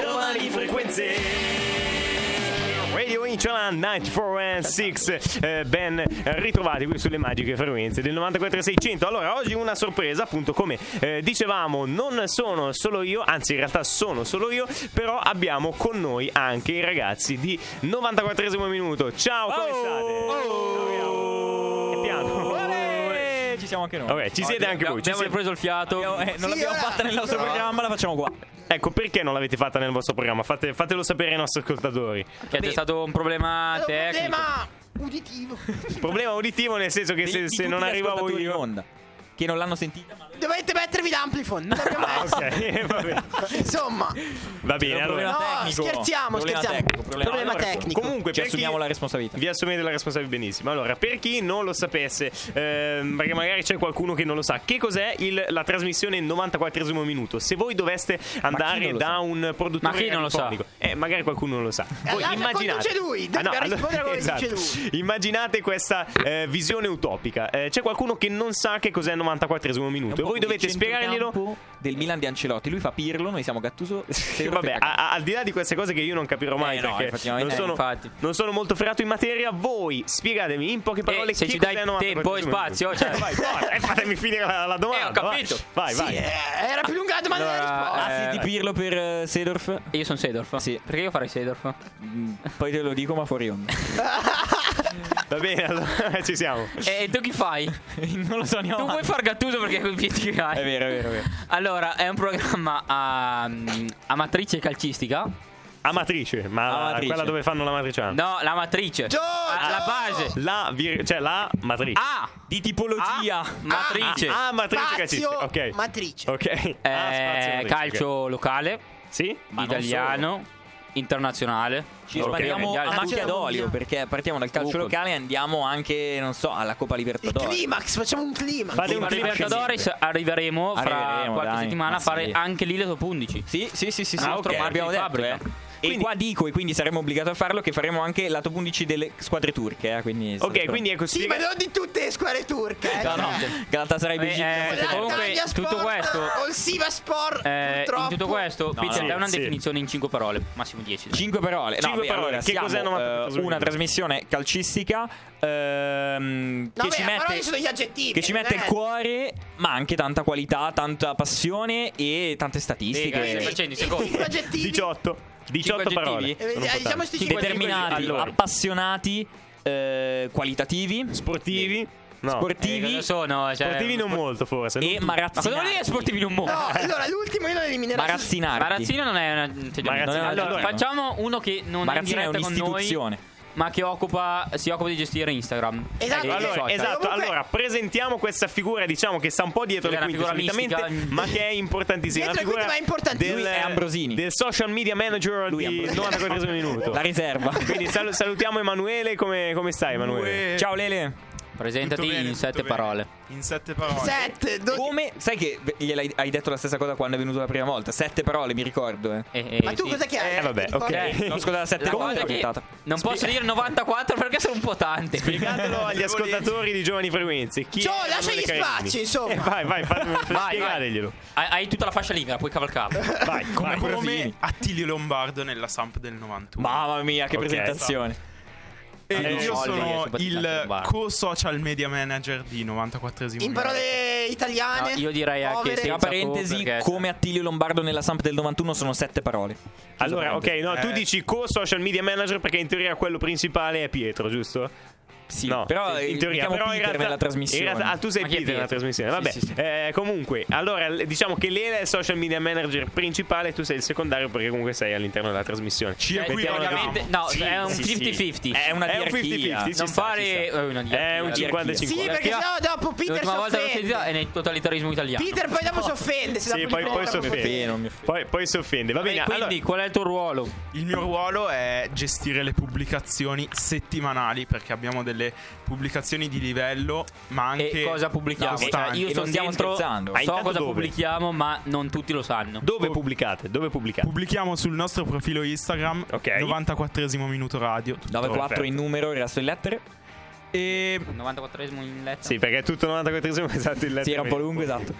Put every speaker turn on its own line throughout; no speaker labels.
Tali frequenze. Radio Incholan 94.6 eh, Ben ritrovati qui sulle magiche frequenze del 94.600 Allora oggi una sorpresa appunto come eh, dicevamo non sono solo io Anzi in realtà sono solo io Però abbiamo con noi anche i ragazzi di 94esimo minuto Ciao come state? E piano
Olè! Ci siamo anche noi.
Vabbè, ci siete anche
abbiamo,
voi ci
Abbiamo
siete-
ripreso il fiato.
Abbiamo- eh, non l'abbiamo fatta nel nostro programma, la facciamo qua.
Ecco perché non l'avete fatta nel vostro programma Fate- Fatelo sapere ai nostri ascoltatori
Che c'è stato un problema tecnico.
uditivo.
Problema uditivo nel senso che
Di-
se,
di
se
tutti
non
gli
arrivavo
ascoltatori in
io
onda, che non l'hanno sentita, ma
Dovete mettervi l'amplifon. Non l'abbiamo
Ah,
messo.
ok, va bene.
Insomma,
Va bene,
Era un
allora.
problema
no,
tecnico.
scherziamo,
Problema
scherziamo.
tecnico, problema-
problema
Allora,
tecnico.
Comunque,
ci
per
assumiamo
chi-
la responsabilità.
Vi assumete la responsabilità benissimo. Allora, per chi non lo sapesse, ehm, perché magari c'è qualcuno che non lo sa, che cos'è il- la trasmissione 94esimo minuto? Se voi doveste andare
non lo
da
sa?
un produttore
Ma chi non lo sa?
radiofonico- eh, magari qualcuno non lo sa. Voi
allora
immaginate Ah,
conduce lui, dobbiamo rispondere a quello che dice
esatto. Immaginate questa eh, visione utopica. Eh, c'è qualcuno che non sa che cos'è il 94esimo
È un
minuto e voi
po' come il
dovete spiegarglielo
centrocampo del Milan di Ancelotti. Lui fa Pirlo, noi siamo Gattuso.
Che vabbè,
ah,
a- a- al di là di queste cose che io non capirò mai
Eh, no,
perché non,
effettivamente,
sono,
infatti.
non sono molto ferrato in materia, voi spiegatemi in poche parole
Eh, se
che
ci dai
cos'è 94
tempo e
minuti.
spazio, cioè.
Eh, vai, forza, eh, fatemi finire la, la domanda.
Eh, ho capito.
Vai, vai.
Sì,
vai.
eh, era più lunga la domanda della
Allora,
risposta.
Anzi,
eh,
Ah, di Pirlo per eh, Seedorf.
Io sono Sedorf.
Sì.
Perché io farei Sedorf?
Mm, Poi te lo dico, ma fuori onda.
Va bene, allora ci siamo.
E tu chi fai?
non lo so neanche.
Tu vuoi far Gattuso perché con i piedi che hai?
È vero, è vero, è vero.
Allora, è un programma a, a matrice calcistica.
Amatrice, ma
Amatrice.
quella dove fanno la matriciana.
No, la matrice.
Gio,
alla
Gio!
base.
La, vir- cioè la matrice.
A.
Ah, Di tipologia.
A. Matrice.
Ah, matrice
Spazio,
calcistica, ok.
matrice.
Ok.
Eh,
Ah, spazio matrice,
calcio locale,
ok. Sì?
Ma non
italiano, internazionale.
Ci
europeo,
espandiamo
mondiale.
a
Ma-
macchia d'olio perché partiamo dal calcio
Comunque.
locale e andiamo anche, non so, alla Coppa
eh,
Il
Libertadores.
climax, facciamo un climax.
Fate un
Ma
climax.
Libertadores arriveremo fra
Arriveremo,
qualche
dai,
settimana a
mazza
fare
mia.
anche lì le top 11.
Sì, sì, sì, sì, sì.
Ah, ok,
ok, abbiamo
di
detto,
fabbrica.
eh. E
Quindi-
qua dico, e quindi saremo obbligati a farlo, che faremo anche la top 11 delle squadre turche. Eh, quindi
Ok, quindi è così.
Sì, ma non di tutte le squadre turche. Eh.
No, no,
Cioè,
Galatasaray
Beh, eh,
Bigitano.
se
la
comunque,
Taglia
tutto
Sport, eh,
questo-
o il Siva Sport,
Eh, in
purtroppo.
tutto questo, Peter,
no.
dai una
Sì, sì.
definizione in 5 parole, massimo 10. dai.
5 parole. No,
Cinque
beh,
parole.
allora,
Che
siamo,
cos'è
eh,
94
una
minuti?
trasmissione calcistica ehm,
No,
che,
beh,
ci
a parole sono gli
mette,
aggettivi.
che ci mette il
eh.
cuore, ma anche tanta qualità, tanta passione e tante
Spiega,
statistiche.
stai
Quindi,
facendo i
i
secondi.
cinque aggettivi.
18. 18
aggettivi?
parole.
Eh,
Sono
diciamo
importanti.
sti cinque
determinati,
aggettivi.
Allora.
appassionati, eh, qualitativi,
Sportivi? No.
Eh,
sportivi
cosa sono, cioè,
sportivi non molto forse.
e
non-
Ma cosa vuol dire
marazzinati.
sportivi in un mondo?
No, allora l'ultimo io lo eliminerò.
Marazzinardi.
Marazzino non è una
Marazzino
cioè, non è-
allora,
allora, facciamo uno che non
Marazzino
è
è
in diretta con noi,
un'istituzione.
ma che occupa, si occupa di gestire Instagram.
Esatto,
E- e
Allora,
social.
Cioè,
esatto,
comunque-
allora presentiamo questa figura, diciamo che sta un po' dietro
Che
le
è una
quinte
figura
solitamente,
mistica.
ma che è importantissima.
Dietro le
Una
quinte, ma è
figura
importante.
Lui è Ambrosini.
Del social media manager
Lui è
di
Ambrosini.
94 minuto.
La riserva.
Quindi salu- salutiamo Emanuele, come, come stai Emanuele?
Due-
Ciao Lele.
Presentati
Tutto bene,
in
tutto
sette
bene.
parole.
In sette parole.
Sette, do-
Come? Sai che gliel'hai hai detto la stessa cosa quando è venuto la prima volta? Sette parole, mi ricordo. Eh.
Eh, eh,
Ma tu
sì.
cos'è che hai?
Eh, vabbè,
Ti ricordi?
ok.
Eh, no, scusa, la sette
La
parole.
cosa è che non posso dire 94 perché sono un po' tante.
Spiegatelo agli ascoltatori di Giovani Frequenze. Chi
Ciao,
è
lascia
Emanuele
gli
Carini?
spazi, insomma.
Eh, vai, vai, fatemi,
Vai,
spiegateglielo.
Hai, hai tutta la fascia libera, puoi cavalcare.
Vai, vai.
Come Attilio Lombardo nella Samp del 91.
Mamma mia, che
Ok.
presentazione.
E
Eh,
io
no, lì è
sono
simpatizzante
il
Lombardo.
co-social media manager di 94esimo.
In parole
No,
italiane.
io direi anche
povere.
Tra
senza
parentesi,
co, perché-
come Attilio Lombardo nella Samp del 91 sono sette parole.
Allora, ok, no, tu
Eh.
dici co-social media manager perché in teoria quello principale è Pietro, giusto?
Sì,
No,
però eh,
in teoria,
mettiamo
però in
Peter
realtà-
nella trasmissione.
in realtà- ah, tu sei
Ma chi è
Peter nella
Pietro?
trasmissione.
Sì,
Vabbè,
sì, sì.
eh, comunque, allora l- diciamo che Lela è il social media manager principale, tu sei il secondario perché comunque sei all'interno della trasmissione.
Ci
Cioè,
equivalevamo.
teoricamente- no,
Sì,
è un
sì, sì.
50-50.
È una
È un
diarchia.
50-50, ci
non
sta,
fare
ci sta.
eh, una
È un
diarchia.
50-50.
Sì, perché sennò dopo Peter si
L'ultima volta l'ho sentita
offende.
è nel totalitarismo italiano.
Peter poi dopo si offende. Se
Sì,
dopo
poi,
gli
poi si
prendono-
offende.
non mi offendo.
Poi, poi si offende. Va
E
bene,
quindi
allora,
qual è il tuo ruolo?
Il mio ruolo è gestire le pubblicazioni settimanali perché abbiamo delle pubblicazioni di livello, ma
E
anche
cosa pubblichiamo?
costanti.
Cioè, io
E
sono
non stiamo
dentro,
scherzando.
Ma
so
intanto
cosa
dove?
pubblichiamo, ma non tutti lo sanno.
dove pubblicate? Dove pubblicate?
Pubblichiamo sul nostro profilo Instagram
Ok.
94esimo minuto radio. tutto.
9-4
Perfetto.
in numero, il resto in lettere.
E
94esimo in letto.
Sì, perché è tutto 94esimo esatto il
Sì, era un po' lungo, esatto.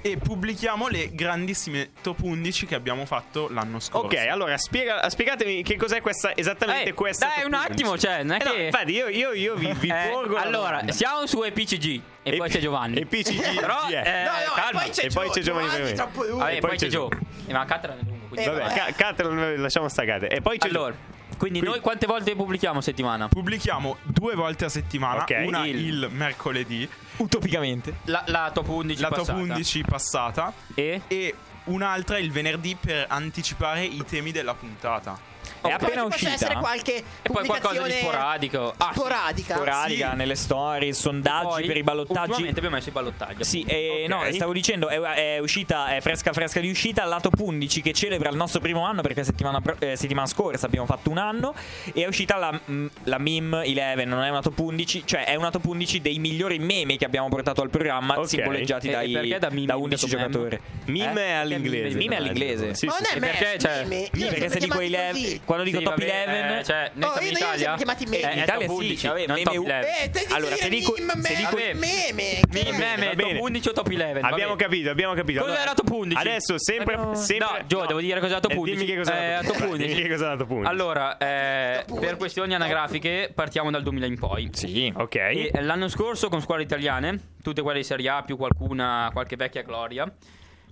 e pubblichiamo le grandissime top 11 che abbiamo fatto l'anno scorso.
Ok, allora spiega- spiegatemi che cos'è questa esattamente
esatto. Eh,
questa.
dai,
top
un attimo,
11.
cioè, non è
Eh no,
che-
infatti, io, io, io vi, vi
Eh,
porgo. la
allora,
domanda.
siamo su EPCG e, poi c'è Giovanni.
E PCG.
Però,
chi è?
eh,
No, no,
calma.
e poi c'è,
e poi c'è Giovanni
Giovanni
Vermeer.
troppo lungo.
Vabbè,
e
poi,
poi
c'è
c'è
Gio.
Gio.
Eh, ma Catra è lungo. quindi-
Eh,
Vabbè,
vabbè.
ca- Caterpillar, lasciamo staccate. E poi c'è.
allora, quindi, noi quante volte pubblichiamo a settimana?
Pubblichiamo due volte a settimana,
Ok.
una
Il-
il, mercoledì,
Utopicamente.
La, la top 11
la
passata.
top 11 passata
E?
e un'altra il venerdì per anticipare i temi della puntata.
È appena
Poi ci
uscita.
può essere qualche
E poi qualcosa di
pubblicazione
sporadico. Ah, sì.
sporadica.
Sporadica
sì.
nelle storie, sondaggi
Poi,
per i ballottaggi.
Ultimamente abbiamo messo i ballottaggi.
Sì,
Ok.
e no, stavo dicendo, è, è uscita, è fresca fresca di uscita, lato 11 che celebra il nostro primo anno perché settimana, pro- eh, settimana scorsa abbiamo fatto un anno e è uscita la, mm, la meme 11, non è una top 11, cioè è una top 11 dei migliori meme che abbiamo portato al programma
Ok.
simboleggiati
E- e
dai,
perché da meme
da 11
invece che
giocatori.
Mime
Eh?
è all'inglese.
Mime è all'inglese.
Sì,
Ma
sì,
non
sì.
è me,
perché, cioè,
meme, io
Mime,
li ho
perché se
sempre
dico
chiamati
11,
così.
quando dico
Sì,
top
vabbè,
11
eh, cioè, noi
Oh,
siamo
io- io
in
li ho
Italia.
sempre chiamati
Eh,
meme.
In
è top
Italia sì,
11,
vabbè,
non
meme
top
u-
11.
Eh, te dici
Allora, se dico-
meme,
se dico-
meme, meme, che-
Il meme
Va
è top
bene.
11 o top 11? va
Abbiamo
bene.
capito, abbiamo capito.
Cos'è
Allora,
la top 11?
Adesso sempre.
Eh, no.
sempre
No, Gio, devo dire cos'è la top
Eh,
11.
Dimmi che cos'è
Eh,
la top
top
11. Dimmi che cos'è la top 11.
Allora, eh,
Top 11.
per questioni anagrafiche partiamo dal 2000 in poi.
Sì.
Ok.
E l'anno scorso con squadre italiane, tutte quelle di Serie A, più qualcuna, qualche vecchia gloria.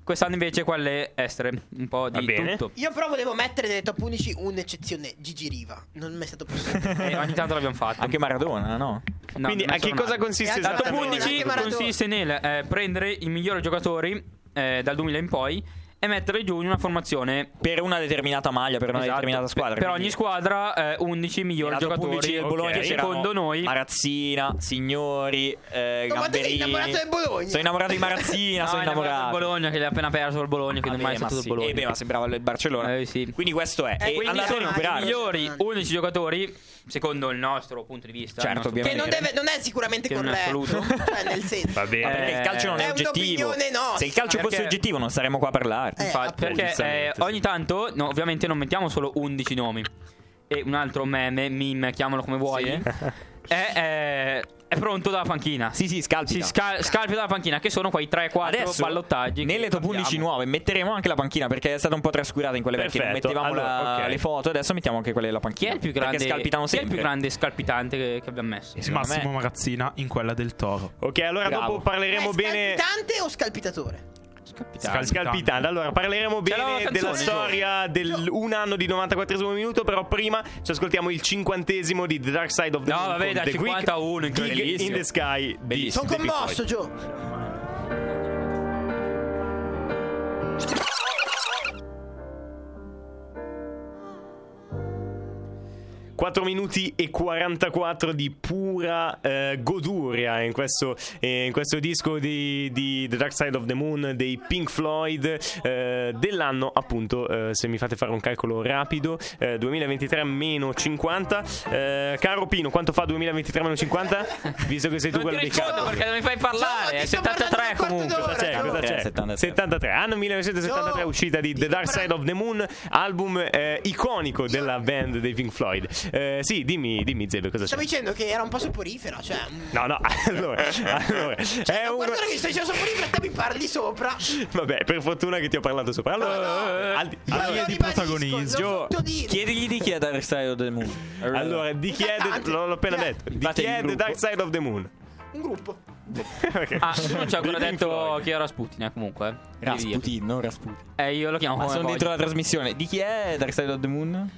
Quest'anno invece quelle estere, un po'
Va
di
bene.
tutto.
Io però volevo mettere nelle top 11 un'eccezione, Gigi Riva. Non mi è stato possibile.
E ogni tanto l'abbiamo fatto.
Anche Maradona, no?
No,
Quindi
non
a che
sono
cosa
nati.
consiste
Eh, la
La top
esattamente?
Maradona, anche
11
Maradona.
consiste nel eh, prendere i migliori giocatori eh, dal 2000 in poi e mettere giù in una formazione
Per una determinata maglia, per una
Esatto.
determinata squadra.
Per ogni
quindi-
squadra eh, 11 migliori
Lato
giocatori.
11 del Bologna
ok.
c'erano
Secondo noi-
Marazzina, Signori, eh,
No, ma te
Gamberini.
sei innamorato del Bologna?
Sono innamorato di Marazzina,
No,
sono
è innamorato del
innamorato.
Ah, Bologna che gli ha appena perso il Bologna, quindi ormai è stato il Bologna.
E beh, ma sembrava il Barcellona.
Eh, sì.
Quindi questo è.
Eh,
e
quindi
Quindi
andate a
sono
sono i
recuperarlo.
migliori 11 giocatori, secondo il nostro punto di vista.
Certo,
il nostro-
che
ovviamente.
non, deve- non è sicuramente
Che non è
corretto.
assoluto.
cioè, nel senso.
Va
Ma
bene.
Eh, perché il calcio non è,
Eh, È
oggettivo.
un'opinione nostra.
Se il calcio fosse
Perché-
oggettivo, non saremmo qua a parlare.
Eh, appunto.
Infatti, perché eh,
Giustamente, sì.
ogni tanto, no, ovviamente, non mettiamo solo 11 nomi. E un altro meme, meme, chiamalo come vuoi,
Sì.
è, è- eh, è pronto dalla panchina.
Sì, sì, scalpita.
Si scal- scalpita dalla panchina, che sono quei 3-4
Adesso,
ballottaggi. che
nelle top 11
abbiamo.
nuove metteremo anche la panchina perché è stata un po' trascurata in quelle vecchie.
Perfetto.
Non mettevamo la-
Allora, ok.
le foto, adesso mettiamo anche quelle della
Chi
panchina.
è il più grande,
Perché scalpitano
chi è
sempre.
il più grande scalpitante che, che abbiamo messo?
E secondo
Massimo
me-
Marazzina in quella del Toro.
Ok, allora
Bravo.
dopo parleremo
È
bene.
Scalpitante o scalpitatore?
Scalpitante.
Scalpitante. Allora, parleremo
C'è la
bene
canzone,
della
Gio.
storia del un anno di 94 minuto. Però prima ci ascoltiamo il cinquantesimo di The Dark Side of the
No,
Moon.
vabbè,
con
dal
The Quick,
51,
Gig in
incredibile.
the Sky. Di
Sono
The Pink Floyd.
commosso, Gio.
Quattro minuti e 44 di pura eh, goduria in questo, eh, in questo disco di, di The Dark Side of the Moon dei Pink Floyd eh, dell'anno appunto eh, se mi fate fare un calcolo rapido eh, 2023 meno 50 Eh, caro Pino quanto fa 2023 meno 50? visto che sei tu
Non
quello
ti
di
rispondo perché non mi fai
No,
parlare.
ti
È
sto
73
parlando da un quarto
comunque.
Cosa c'è?
d'ora.
Cosa c'è?
73.
73. Anno 1973,
Gio,
uscita di
ti
The Dark
sembra-
Side of the Moon, album eh, iconico della band dei Pink Floyd. Eh, sì, dimmi, dimmi Zebe, cosa
Stavo
c'è?
dicendo che era un po' soporifera, cioè.
No, no, allora, allora, è
Guarda
un...
guarda che sto dicendo soporifera, te mi parli sopra.
Vabbè, per fortuna che ti ho parlato sopra. Allora,
No, no.
al-
Ma
allora-
io
di
ribadisco,
protagonista.
lo
Gio,
sottolineo.
chiedigli di chi è Dark Side of the Moon.
allora, di chi è The- l'ho l'ho appena detto, di
Fate
chi
il
è The
gruppo.
Dark Side of the Moon?
Un gruppo.
Ok.
Ah, tu non ci
Di
hai ancora
Pink
detto
Floyd.
chi era Sputin, eh, comunque. eh. Devi
Rasputin, non Rasputin.
dire. Eh, io lo chiamo
Ma
come
sono
voglio.
dentro la trasmissione. Di chi è Dark Side of the Moon?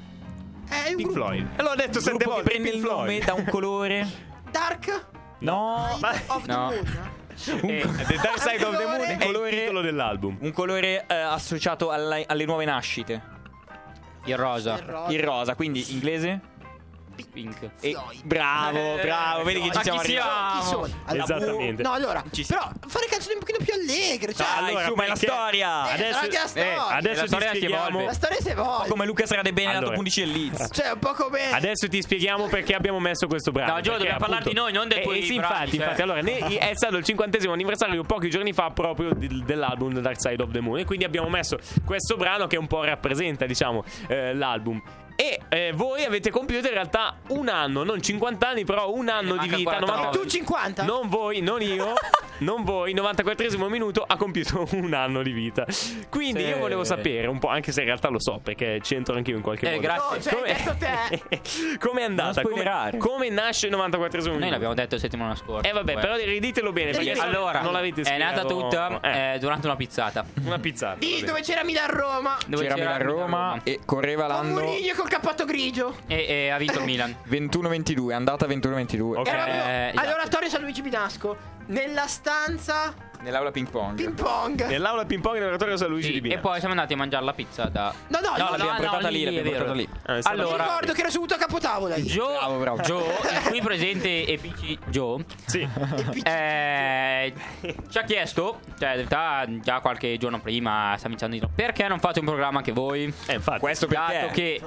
Eh, È un
Pink
gruppo.
Floyd. E l'ho detto sette
Gruppo che
volte,
prende
Pink
il nome
Floyd.
da un colore?
Dark
No,
ma-
Side of the
no.
Moon.
Eh,
The Dark Side of the Moon è il
Colore-
titolo dell'album.
un colore eh, associato alla- alle nuove nascite.
il
Il
rosa.
rosa.
Il rosa, quindi inglese?
Pink.
E-
Floyd.
bravo,
Eh,
bravo, vedi che
Floyd.
ci
Ma
siamo
chi
arrivati.
Chi
siamo?
sono?
Alla
Esattamente.
No, allora,
Ci
però fare canzoni un pochino più allegre, cioè.
Dai, su, ma è la
perché-
storia.
Eh,
Adesso,
davanti alla storia.
adesso
La
ti
storia si
spieghiamo.
evolve.
La storia se vuoi.
Come Luca Strade bene alla
Allora.
top 11 del Leeds.
Cioè, un po' come
Adesso ti spieghiamo perché abbiamo messo questo brano.
No, Gio,
perché,
dobbiamo parlare di noi, non dei
Eh,
tuoi
sì,
brani,
infatti,
cioè.
infatti. Allora, ne- è stato il cinquantesimo anniversario pochi giorni fa proprio del- dell'album The Dark Side of the Moon. E quindi abbiamo messo questo brano che un po' rappresenta, diciamo, eh, l'album. E eh, voi avete compiuto in realtà un anno, non 50 anni, però un anno di
manca
vita.
49.
tu 50?
Non voi, non io. non voi, 94esimo minuto ha compiuto un anno di vita. Quindi
Sì.
io volevo sapere un po', anche se in realtà lo so, perché c'entro anche io in qualche
Eh,
modo.
grazie.
No, cioè, adesso
Come è andata? Come,
spoilerare.
come nasce il 94esimo minuto?
Noi l'abbiamo detto settimana scorsa.
Eh vabbè, però riditelo bene, perché
Perché-
se no
allora,
non l'avete
è
spiegato.
nata tutta
Eh,
eh, durante una pizzata.
una pizzata. va
Di
bene.
dove c'era Milan-Roma.
Dove
C'era Milan Roma e correva
Con
l'anno
Mourinho col cappotto grigio.
E, e ha vinto il Milan.
21-22, andata 21-22.
Ok.
Era proprio
eh,
all'oratorio San Luigi Binasco. Nella stanza
Nell'aula ping pong.
ping pong.
Nell'aula ping pong dell'oratorio San Luigi
Sì,
di Bina.
e poi siamo andati a mangiare la pizza da.
No, no,
No,
no,
l'abbiamo
no,
portata
no,
lì,
lì,
l'abbiamo
è vero.
portata lì.
Ah, è stato-
Mi
Allora, Eh.
ricordo che ero seduto a capotavola io.
Joe,
Bravo, bravo.
Joe, il qui presente e PC Joe,
Sì.
eh, ci ha chiesto, cioè in realtà già qualche giorno prima stiamo iniziando di dire, perché non fate un programma anche voi?
Eh, infatti.
Questo perché?
Dato che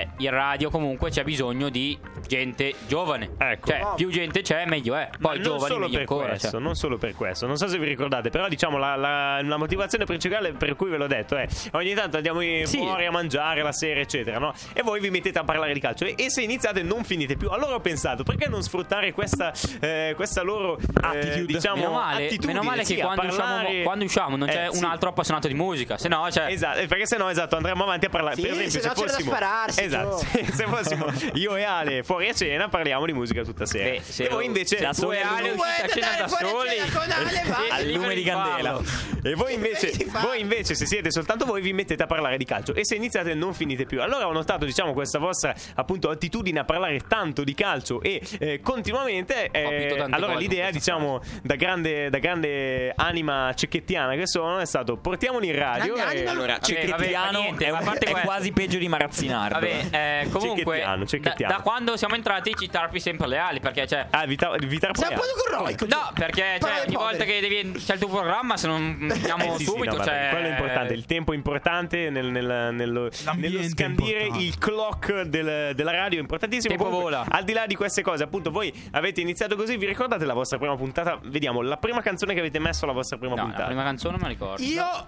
eh, in radio comunque c'è bisogno di gente giovane.
Ecco.
Cioè, più gente c'è, meglio è.
Ma
Poi
non
giovani
solo
meglio
per
ancora.
questo,
cioè.
non solo per questo. Non so se vi ricordate, però diciamo la, la- la motivazione principale per cui ve l'ho detto è ogni tanto andiamo in-
Sì.
fuori a mangiare la sera, eccetera, no? E voi vi mettete a parlare di calcio e, e se iniziate non finite più. Allora ho pensato, perché non sfruttare questa, eh, questa loro eh,
Attitude.
diciamo
Meno male,
attitudine,
meno male
sì,
che
a
quando,
parlare-
usciamo, quando usciamo non
Eh,
c'è
sì.
un altro appassionato di musica, se no, cioè,
Esatto, eh, perché sennò esatto, andremo avanti a parlare.
Sì,
per esempio,
se
se,
no c'è da
fossimo,
spararsi,
esatto,
Gio.
se, se fossimo io e Ale fuori a cena, parliamo di musica tutta sera.
Beh, se
e voi
lo-
invece,
se la
tu
sole
e
è
Ale-
lui-
Vuoi
uscite a cena
andare
da
fuori a
soli?
cena con Ale?
Sì.
Vai.
Al
libero
lume di
in
candela.
ballo.
E voi invece,
Si fa.
voi invece, se siete soltanto voi, vi mettete a parlare di calcio. E se iniziate non finite più. Allora ho notato, diciamo, questa vostra appunto attitudine a parlare tanto di calcio e eh, continuamente. eh,
capito tante
allora
cose
l'idea,
con questa
diciamo, da grande, da grande anima cecchettiana che sono, è stato portiamoli in radio.
Grande
e-
anima.
Allora,
Vabbè,
Cechettiano
vabbè, niente,
è,
ma a parte
è
questo-
quasi peggio di Marazzinardo.
Vabbè, eh, comunque,
Cecchettiano, cecchettiano.
Da, da quando siamo entrati ci tarpi sempre le ali perché cioè,
Ah, Vita- Vitar
Sei un
Poiano.
po' corroico.
No, perché
Parla
cioè,
dei
ogni
poveri.
volta che devi, c'è il tuo programma, se non andiamo
Eh, sì, sì,
subito,
no, vabbè,
cioè,
quello è importante. Il tempo è importante nel- nel- nello,
L'ambiente
nello scandire
è importante.
il clock del- della radio è importantissimo.
Tempo
Comunque,
vola.
Al di là di queste cose, appunto, voi avete iniziato così. Vi ricordate la vostra prima puntata? Vediamo la prima canzone che avete messo alla vostra prima
No, la
puntata.
prima canzone non me la ricordo.
Io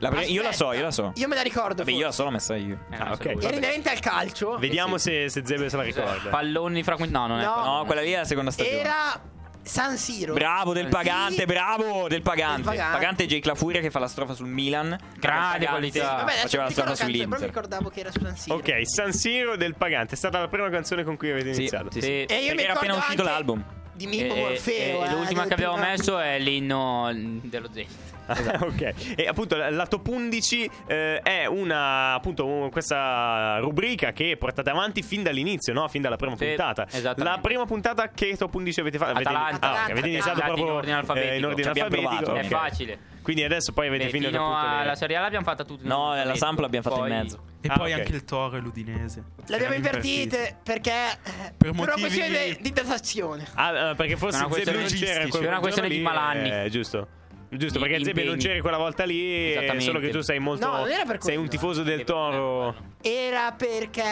La pre- io la so,
Aspetta,
io la so.
Io me la ricordo.
Vabbè,
forse.
io la so, l'ho messa io.
Eh, non
Ah,
so
ok.
lui.
Era inerente al calcio.
Vediamo se, se Zebe se la ricorda.
Palloni di frequenza. No, non
No.
è.
No, quella lì è la seconda stagione.
Eh. Era San Siro.
Bravo del pagante,
Sì.
bravo del pagante.
Del Pagante.
pagante è Jake La Furia che fa la strofa sul Milan.
Grande qualità.
Vabbè, adesso
Faceva
non
la strofa
mi ricordo la canzone, però mi
sull'Inter.
ricordavo che era su San Siro.
Ok, San Siro del Pagante. È stata la prima canzone con cui avete
Sì,
iniziato.
sì, sì.
Sì.
E io mi
Perché era appena
ricordo
uscito
anche
l'album.
Di Mimmo
E-
Morfeo.
e- e
eh,
l'ultima
del
che abbiamo
primo-
messo è l'inno dello Z. Esatto.
ok, e appunto la top 11 eh, è una appunto un- questa rubrica che portate avanti fin dall'inizio, no? Fin dalla prima
Sì,
puntata.
esattamente.
La prima puntata che top 11 avete fatto? Avete,
Atalanta.
ah, ok,
Atalanta.
avete iniziato
Andati
proprio
in ordine alfabetico.
eh, in ordine
Ci abbiamo
alfabetico,
provato.
ok.
È facile.
Quindi adesso poi avete
Beh,
finito
fino
tutte le-
alla Serie A l'abbiamo fatta tutta. in
No,
un
la Samp
momento,
l'abbiamo fatta
poi-
in mezzo.
E
Ah,
poi
ok.
anche il Toro e l'Udinese.
L'abbiamo
Erano invertiti.
invertite perché. eh,
Per
una
motivi-
questione di datazione.
Ah, eh, perché forse
Era una
Zebe non c'era
questione
in quel
era
logistica,
una
giorno
questione di
lì,
malanni.
eh, giusto. Giusto,
Di
perché Zebe non
impegni.
c'era quella volta lì, eh,
Esattamente.
solo che tu sei molto
No, non era per
sei
quello.
un tifoso del
Eh,
Toro.
Era perché.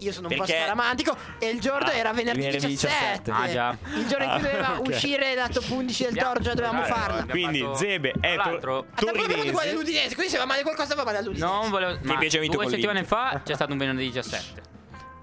Io sono un po'
Perché-
scaramantico. E il giorno
Ah,
era venerdì
venerdì 17.
17.
Ah, già.
Il giorno in cui
Ah,
doveva
ok.
uscire la top 11 del Toro, già dovevamo
Dai,
farla.
vabbè. Quindi
Abbiamo
Zebe è
Tra
tor-
l'altro,
Ah, Abbiamo fatto
Torinesi.
uguale all'Udinese, quindi se va male qualcosa va male all'Udinese.
Non volevo. Ma
piace vinto
due
con
settimane
l'Inter.
fa c'è stato un venerdì 17.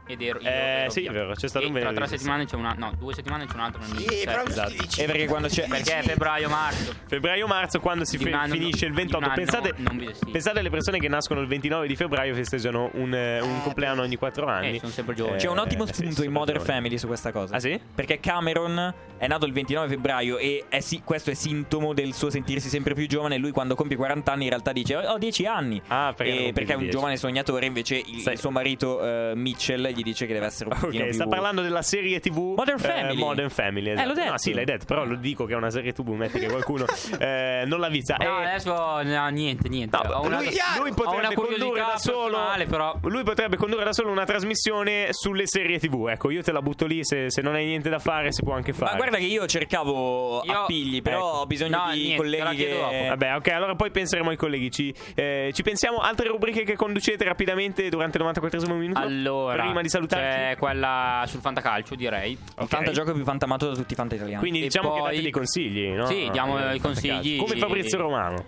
Ed ero io.
Eh,
ero
sì,
via.
è vero, c'è stato
E
un
Tra
venerdì
tre settimane c'è una. No, due settimane c'è un altro venerdì.
Sì,
17.
però
esatto.
dici-
Eh, perché quando c'è-
Perché è febbraio, marzo.
Febbraio-marzo, quando si
Di
fe-
un anno-
finisce il
di un
28.
anno
Pensate,
non vi vestite.
pensate alle persone che nascono il 29 di febbraio festeggiano un, eh, un
Eh,
compleanno ogni 4 anni.
Eh, sono sempre giovani.
C'è un ottimo
Ah, eh, sì,
spunto
sono
in Modern
giovani.
Family su questa cosa.
Ah, sì?
Perché Cameron è nato il 29 febbraio e è sì- questo è sintomo del suo sentirsi sempre più giovane. Lui quando compie 40 anni in realtà dice "Oh, ho 10 anni.
Ah, perché
E
non
Eh,
compie
perché è un
10.
giovane sognatore, invece il,
Sai-
il suo marito eh, Mitchell gli dice che deve essere un pochino
Ah, Ok,
più
sta parlando della serie TV
Modern
eh,
Family.
Modern Family,
Eh,
esatto.
l'ho detto.
No, sì, l'hai detto, però lo dico che è una serie TV, metti che qualcuno eh, non la vizza.
No,
Eh,
adesso no, niente, niente.
No,
Ho una-
lui,
chiaro.
lui
Ho una
potrebbe
curiosità
condurre da solo
personale, però.
Lui potrebbe condurre da solo una trasmissione sulle serie TV. Ecco, io te la butto lì. Se, se non hai niente da fare, si può anche fare.
Ma guarda che io cercavo
Io- eh,
appigli, però
Ecco.
ho bisogno
No,
di
niente, te la
colleghi
chiedo
che...
dopo.
Vabbè, ok, allora poi penseremo ai colleghi. Ci, eh, ci pensiamo altre rubriche che conducete rapidamente durante il 94esimo minuto.
Allora,
prima di
C'è
salutarci,
quella sul fantacalcio, direi.
Il
Ok.
fantagioco più fantamato da tutti i fanta italiani.
quindi
e
diciamo che
poi-
date dei consigli, no?
Sì, diamo
Eh,
i consigli.
Come Fabrizio Romano,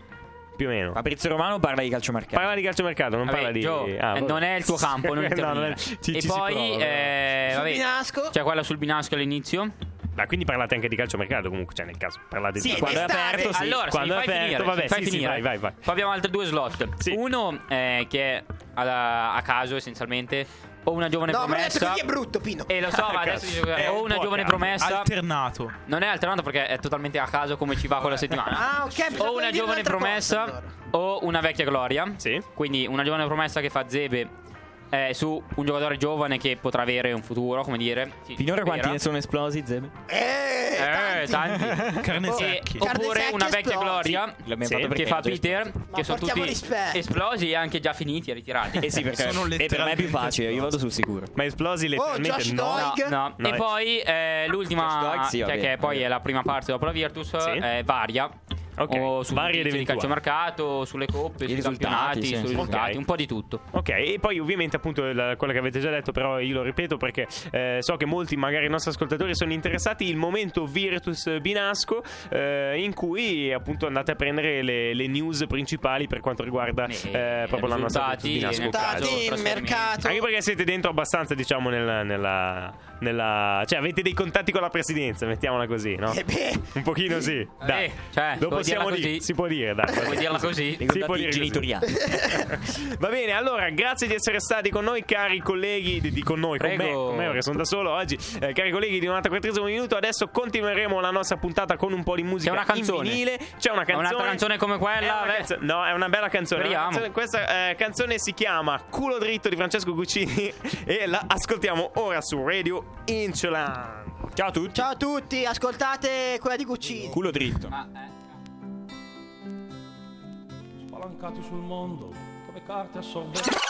più o meno.
Fabrizio Romano parla di calciomercato.
Parla di calciomercato, non
Vabbè,
parla di.
Gio,
ah,
eh,
vabbè.
non è il tuo campo, non
No,
intervenire.
non è- ci-
E
ci si
poi
prova,
eh,
Sul
vabbè,
Binasco.
c'è quella sul binasco all'inizio.
Ma quindi parlate anche di calciomercato comunque, cioè nel caso parlate
Sì,
di
quando è
eh,
D'estate,
aperto, sì.
Allora,
Quando
sì,
è
fai
aperto,
finire,
vabbè,
sì, fai
sì, sì,
finire.
vai, vai, vai.
Poi abbiamo altri due slot.
Sì.
Uno eh, che è alla- a caso essenzialmente o una giovane
No, ma adesso
promessa. Eh.
così è brutto, Pino.
E lo so,
Cazzo.
ma adesso dice-
È
o
un
una
po'
giovane
a caso.
promessa.
Alternato.
non è alternato perché è totalmente a caso come ci va quella settimana.
Ah, ok. pensavo
o
di
una
dire
giovane
un'altra
promessa
cosa, allora.
o una vecchia gloria.
Sì.
Quindi una giovane promessa che fa Zebe eh, su un giocatore giovane che potrà avere un futuro, come dire. Sì,
Finora
spera.
quanti ne sono esplosi, Zebe?
Eh,
Eh,
tanti.
tanti.
Carne
Oh,
secchi.
e- oppure
Carne
una
secchi
vecchia
esplosi.
gloria
l'abbiamo
sì,
fatto perché
che fa
già
Peter,
Ma
che sono
portiamo
tutti
rispetto.
esplosi e anche già finiti e ritirati.
Eh sì, perché
Sono
eh, per me è più
letteralmente
facile, io vado sul sicuro.
Ma esplosi
Oh,
letteralmente
Josh
no.
Doyle.
No, no.
No,
E
eh.
poi eh,
Josh
l'ultima,
Doig, sì,
cioè,
vabbè.
che poi è la prima parte dopo la Virtus,
Sì.
eh, varia.
Ok,
O Oh, su
varie ed
notizie di
eventuali.
calciomercato, sulle coppe,
I
sui
risultati,
campionati,
sì,
sui
sì, sì.
risultati,
Ok.
un po' di tutto.
Ok, e poi ovviamente appunto la- quello che avete già detto, però io lo ripeto perché eh, so che molti magari i nostri ascoltatori sono interessati, il momento Virtus Binasco eh, in cui appunto andate a prendere le, le news principali per quanto riguarda
Eh,
eh, proprio la nostra Virtus
risultati,
Binasco.
risultati.
Calcio.
Tanti,
trasferimenti.
mercato.
Anche perché siete dentro abbastanza, diciamo, nella, nella, nella- Cioè, avete dei contatti con la presidenza, mettiamola così, no?
Eh beh,
Un pochino sì. Dai.
Eh, cioè,
Lo
vuoi
possiamo
dirla
dire,
così?
si può dire, dai.
Vuoi dirla così?
Dei
Si può
contatti
dire
genitoriali.
Va bene, allora, grazie di essere stati con noi, cari colleghi. Di, di- con noi, con me,
Prego.
con me, perché sono da solo oggi. Eh, cari colleghi di 94 minuto, adesso continueremo la nostra puntata con un po' di musica
C'è una canzone.
in vinile. C'è una canzone.
Un'altra canzone come
È una
quella, beh,
canzo- no, è una bella canzone. Una
Speriamo.
canzone- Questa eh, canzone si chiama Culo dritto di Francesco Guccini e la ascoltiamo ora su Radio Incholand. Ciao a tutti.
ciao a tutti, ascoltate quella di Guccini.
Culo dritto.
spalancati sul mondo come carte assorbenti.